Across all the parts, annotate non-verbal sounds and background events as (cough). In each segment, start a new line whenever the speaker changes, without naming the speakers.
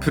プ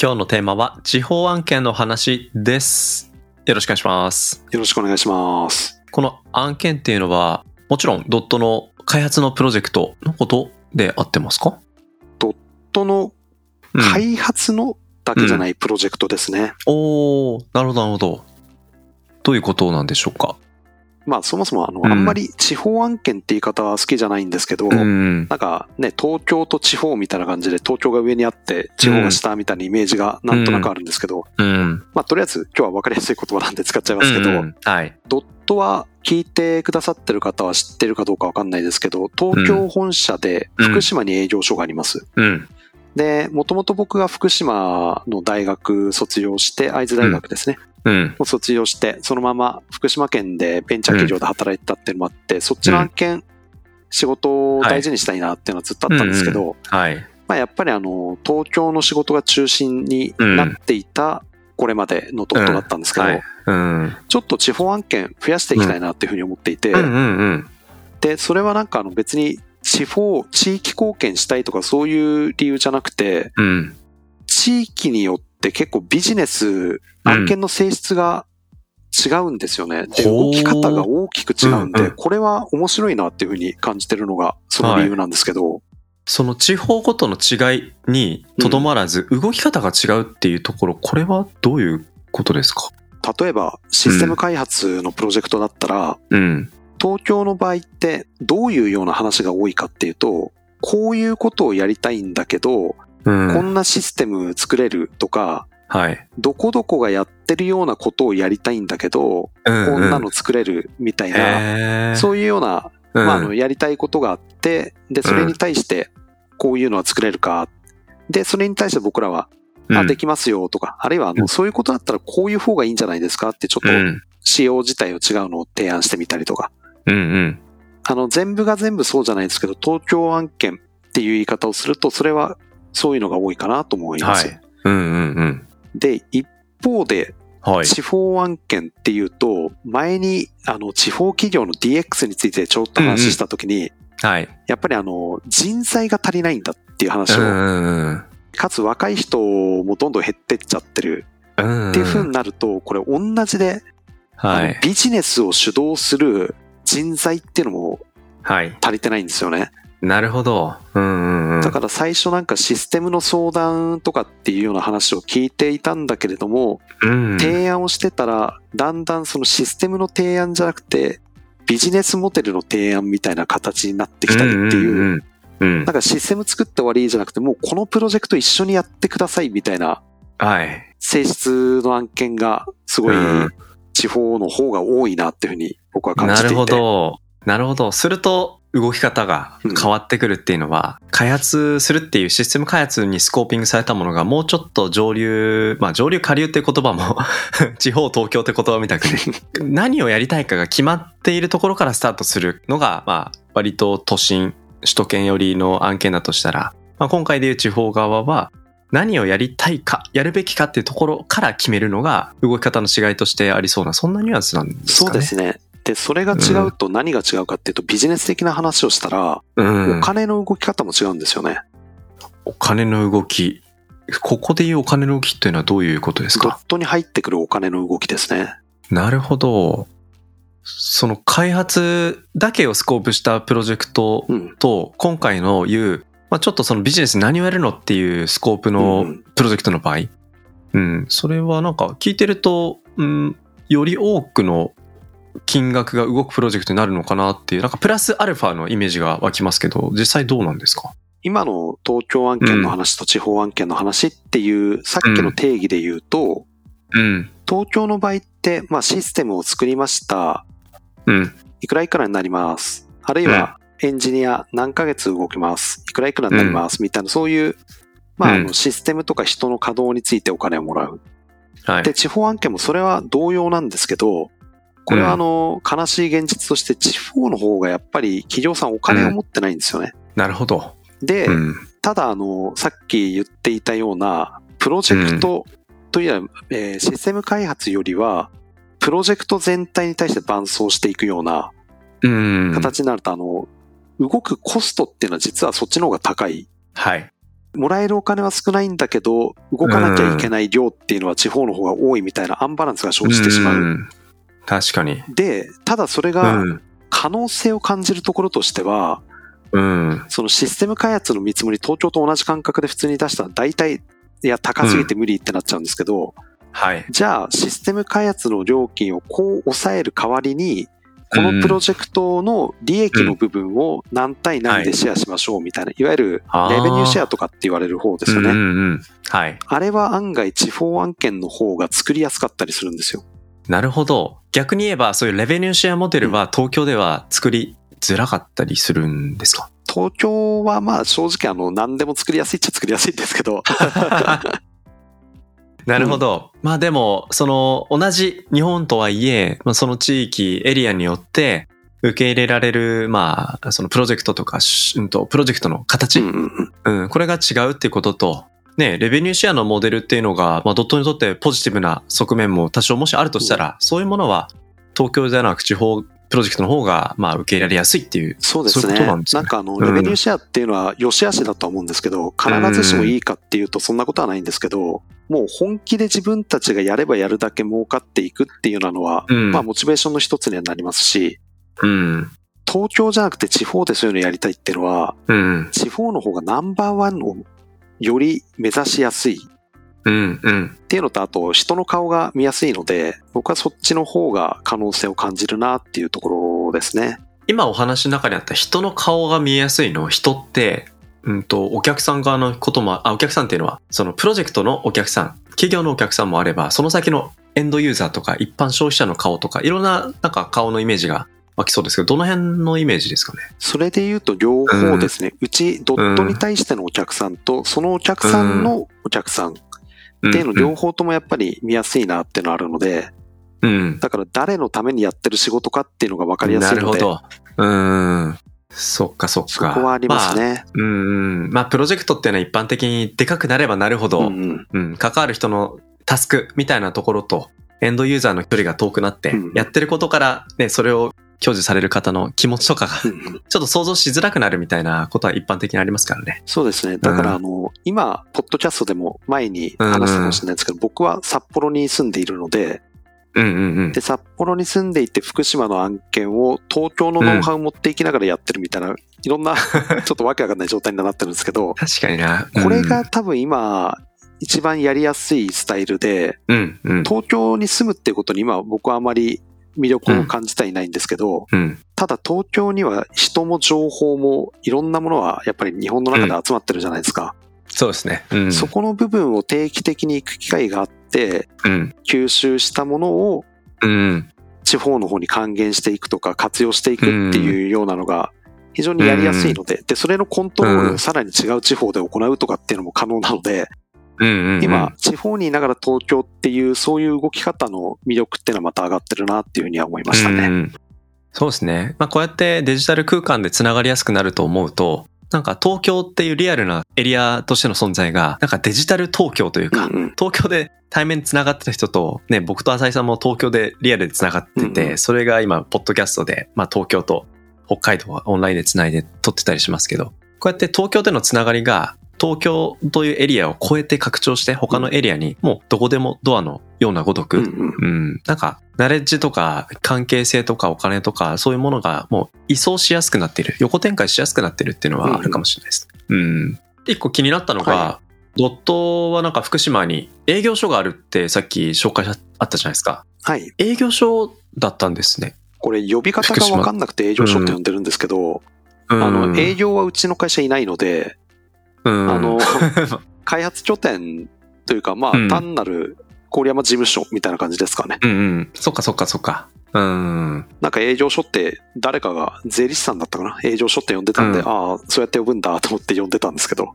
今日のテーマは地方案件の話ですよろしくお願いします
よろしくお願いします。
この案件っていうのはもちろんドットの開発のプロジェクトのことで合ってますか、
との
うん
開発のだけじゃないプロジェクトですね。
おーなるほどなるほどどういうことなんでしょうか
まあそもそもあの、
うん
あんまり地方案件って言い方は好きじゃないんですけど、
うん
なんかね、東京と地方みたいな感じで、東京が上にあって、地方が下みたいなイメージがなんとなくあるんですけど、
うん
まあとりあえず今日は分かりやすい言葉なんで使っちゃいますけど、
うんはい
ドットは聞いてくださってる方は知ってるかどうか分かんないですけど、東京本社で福島に営業所があります。
うん
で、もともと僕が福島の大学卒業して、会津大学ですね、
うん
を卒業して、そのまま福島県でベンチャー企業で働いてたっていうのもあって、そっちの案件、仕事を大事にしたいなっていうのはずっとあったんですけど、
はい
まあ、やっぱりあの、東京の仕事が中心になっていた、これまでのドットだったんですけど、
はいうんうん
ちょっと地方案件増やしていきたいなっていうふうに思っていて、
うんうん
で、それはなんかあの別に地方、地域貢献したいとかそういう理由じゃなくて、
うん
地域によって結構ビジネス、案件の性質が違うんですよね。で、
ほう
動き方が大きく違うんで、
うんうん
これは面白いなっていうふうに感じてるのがその理由なんですけど、
その地方ごとの違いにとどまらず動き方が違うっていうところ、これはどういうことですか
例えばシステム開発のプロジェクトだったら、
うん。
東京の場合ってどういうような話が多いかっていうと、こういうことをやりたいんだけど、
うん。
こんなシステム作れるとか、
はい。
どこどこがやってるようなことをやりたいんだけど、
うん
こんなの作れるみたいな、
う
そういうような
えー、
まあ、あ
うん
のやりたいことがあってでそれに対してこういうのは作れるかでそれに対して僕らは、
うん
あできますよとかあるいはあ
う
の
ん
そういうことだったらこういう方がいいんじゃないですかってちょ
う
っと
ん。
仕様自体を違うのを提案してみたりとか
うんうん。
あの全部が全部そうじゃないですけど東京案件っていう言い方をするとそれはそういうのが多いかなと思います、
はいうんうんうん。
で一方で
はい。
地方案件っていうと前にあの地方企業の DX についてちょっと話した時に、
はい。
やっぱりあの、人材が足りないんだっていう話
う
を、
んうん
かつ若い人もどんどん減ってっちゃってる
うん。
っていう風
ん
になると、これ同じで、
は
あの
い。
ビジネスを主導する人材っていうのも
はい。
足りてないんですよね。
なるほど。うんうんうん。
だから最初なんかシステムの相談とかっていうような話を聞いていたんだけれども、
ら、うん。
提案をしてたら、だんだんそのシステムの提案じゃなくて、ビジネスモデルの提案みたいな形になってきたりっていう、
んうんうん。うん
なんかシステム作って終わりじゃなくて、もうこのプロジェクト一緒にやってくださいみたいな
はい。
性質の案件がすごい
うん
地方の方が多いなっていうふうに僕は感じ
な
てい
る
て。
ほど。なるほど。すると、動き方が変わってくるっていうのは、開発するっていうシステム開発にスコーピングされたものが、もうちょっと上流、まあ上流下流っていう言葉も、 (laughs) 地方東京って言葉みたくに、何をやりたいかが決まっているところからスタートするのが、まあ割と都心、首都圏寄りの案件だとしたら、まあ、今回でいう地方側は、何をやりたいか、やるべきかっていうところから決めるのが、動き方の違いとしてありそうな、そんなニュアンスなんですかね。
そうですね。で、それが違うと何が違うかっていうと、ビジネス的な話をしたら、
うん。
お金の動き方も違うんですよね。
お金の動き。ここで言うお金の動きっていうのはどういうことです
ド
か
ットに入ってくるお金の動きですね。
なるほど。その開発だけをスコープしたプロジェクト
うん。
と、今回の言う、まあ、ちょっとそのビジネス何をやるのっていうスコープ
う
の
ん
プロジェクトの場合。うん、それはなんか聞いてると、うん、より多くの金額が動くプロジェクトになるのかなっていう、なんかプラスアルファのイメージが湧きますけど、実際どうなんですか
今の東京案件の話と地方案件の話っていう、さっきの定義で言うと、
うん、
東京の場合って、まあシステムを作りました。
うん、
いくらいくらになります。あるいは、エンジニア何ヶ月動きます。いくらいくらになります。みたいな、そういう、まあ、あ
う
のシステムとか人の稼働についてお金をもらう。で、地方案件もそれは同様なんですけど、これはあの、悲しい現実として地方の方がやっぱり企業さんお金を持ってないんですよね。
なるほど。
で
う、ん。
ただあの、さっき言っていたような、プロジェクトというよりは、えーシステム開発よりは、プロジェクト全体に対して伴走していくような
うん。
形になると、あの、動くコストっていうのは実はそっちの方が高い。
はい。
もらえるお金は少ないんだけど、動かなきゃいけない量っていうのは地方の方が多いみたいなアンバランスが生じてしまう。
ん確かに。
で、ただそれ
う
が
ん。
可能性を感じるところとしては、
うん。
そのシステム開発の見積もり東京と同じ感覚で普通に出したら大体、いや、高すぎて無理ってなっちゃうんですけど、
はい。
じゃあシステム開発の料金をこう抑える代わりに、このプロジェクトの利益の部分を何対何でシェアしましょうみたいな、いわゆる
あー
レベニューシェアとかって言われる方ですよね。
うんうんうん。はい。
あれは案外地方案件の方が作りやすかったりするんですよ。
なるほど。逆に言えば、そういうレベニューシェアモデルは東京では作りづらかったりするんですか
東京はまあ正直あの何でも作りやすいっちゃ作りやすいんですけど、
なるほど。まあでも、その同じ日本とはいえ、まあ、その地域、エリアによって受け入れられる、まあ、そのプロジェクトとか、しうんと、プロジェクトの形、
うんうんうん
うん、これが違うってことと、ね、レベニューシェアのモデルっていうのが、まあ、ドットにとってポジティブな側面も多少もしあるとしたら、そういうものは東京じゃなく地方プロジェクトの方が、まあ、受け入れられやすいっていう。
そうです
そうい
ね。
うことな
なん
ですね
んかあの、
うん
レベニューシェアっていうのは良し悪しだとは思うんですけど、必ずしもいいかっていうとそんなことはないんですけど、もう本気で自分たちがやればやるだけ儲かっていくっていうようなのは、
うん。
まあモチベーションの一つにはなりますし、
うん。
東京じゃなくて地方でそういうのやりたいっていうのは、
うん。
地方の方がナンバーワンをより目指しやすい
うん。うん。
っていうのと、あと人の顔が見やすいので、僕はそっちの方が可能性を感じるなっていうところですね。
今お話の中にあった人の顔が見えやすいの、人って、うんと、お客さん側のことも、あ、お客さんっていうのは、そのプロジェクトのお客さん、企業のお客さんもあれば、その先のエンドユーザーとか一般消費者の顔とか、いろんななんか顔のイメージが湧きそうですけど、どの辺のイメージですかね
それで言うと両方ですね。うちドットに対してのお客さんと、そのお客さんのお客さんっていうの両方ともやっぱり見やすいなっていうのあるので、
うん。
だから誰のためにやってる仕事かっていうのが分かりやす
な
い
る
の
ほ
で、
ど。うん。そっかそっか。
そこはあります
あ、
ね。
うんうん。まあ、プロジェクトっていうのは一般的にでかくなればなるほど、
うんうん
うん、関わる人のタスクみたいなところと、エンドユーザーの距離が遠くなって、
うん
やってることから、ね、それを享受される方の気持ちとかが、 (laughs)
う
ちょ
んうん
っと想像しづらくなるみたいなことは一般的にありますからね。
そうですね。だから、あの、今、ポッドキャストでも前に話したかもしれないですけど、僕は札幌に住んでいるので、
うんうんうん
で、。札幌に住んでいて福島の案件を東京のノウハウを持っていきながらやってるみたいな、いろんな、ちょっとわけわかんない状態になってるんですけど、
確かにな。
これが、多分今、一番やりやすいスタイルで、
うんうん。
東京に住むっていうことに今僕はあまり魅力を感じたりないんですけど、
うん。
ただ東京には人も情報もいろんなものはやっぱり日本の中で集まってるじゃないですか。
そうですね。うん。
そこの部分を定期的に行く機会があって、
うん。
吸収したものを
うん。
地方の方に還元していくとか活用していくっていうようなのが非常にやりやすいので、で、それのコントロールをさらに違う地方で行うとかっていうのも可能なので、
うんうん。うん
今、、地方にいながら東京っていうそういう動き方の魅力っていうのはまた上がってるなっていうふうには思いました
う
ね。
んそうですね。まあこうやってデジタル空間でつながりやすくなると思うと、なんか東京っていうリアルなエリアとしての存在が、なんかデジタル東京という
うん
か、
うん
東京で対面つながってた人と、ね、僕と浅井さんも東京でリアルでつながってて、
うんうん
それが今、ポッドキャストで、まあ東京と北海道はオンラインでつないで撮ってたりしますけど、こうやって東京でのつながりが、東京というエリアを超えて拡張して、他のエリアにもうどこでもドアのようなごとく、
うんうん
うん。なんか、ナレッジとか、関係性とか、お金とか、そういうものがもう移送しやすくなっている。横展開しやすくなっているっていうのはあるかもしれないです。うん。一個気になったのが、
は
ドットはなんか福島に営業所があるってさっき紹介あったじゃないですか。
はい。
営業所だったんですね。
これ呼び方がわかんなくて営業所って呼んでるんですけど、
うん
あの、営業はうちの会社いないので、
うん (laughs)
あの、開発拠点というか、まあ
うん
単なる郡山事務所みたいな感じですかね。
うんうん。そっかそっかそっか。うん。
なんか営業所って誰かが税理士さんだったかな営業所って呼んでたんで、
うん
ああ、そうやって呼ぶんだと思って呼んでたんですけど。
い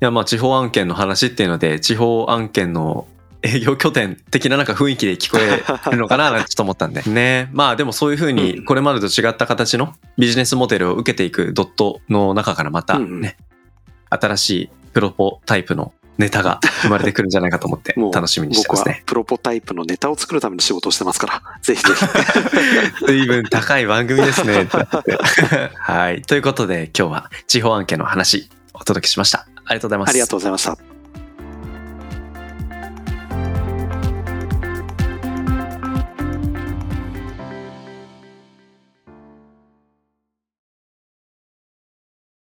や、まあ、地方案件の話っていうので、地方案件の営業拠点的ななんか雰囲気で聞こえるのかななんてちょっと思ったん
(laughs)
で。ねまあでもそういうふう
う
に
ん
これまでと違った形のビジネスモデルを受けていくドットの中からまた
うんうん
ね、新しいプロポタイプのネタが生まれてくるんじゃないかと思って
(laughs) もう
楽しみにしてま
僕
す
は
ね。
プロポタイプのネタを作るための仕事をしてますから、ぜひぜひ。
随分高い番組です
(laughs)
ね。はい。ということで今日は地方案件の話お届けしました。ありがとうございます。
ありがとうございました。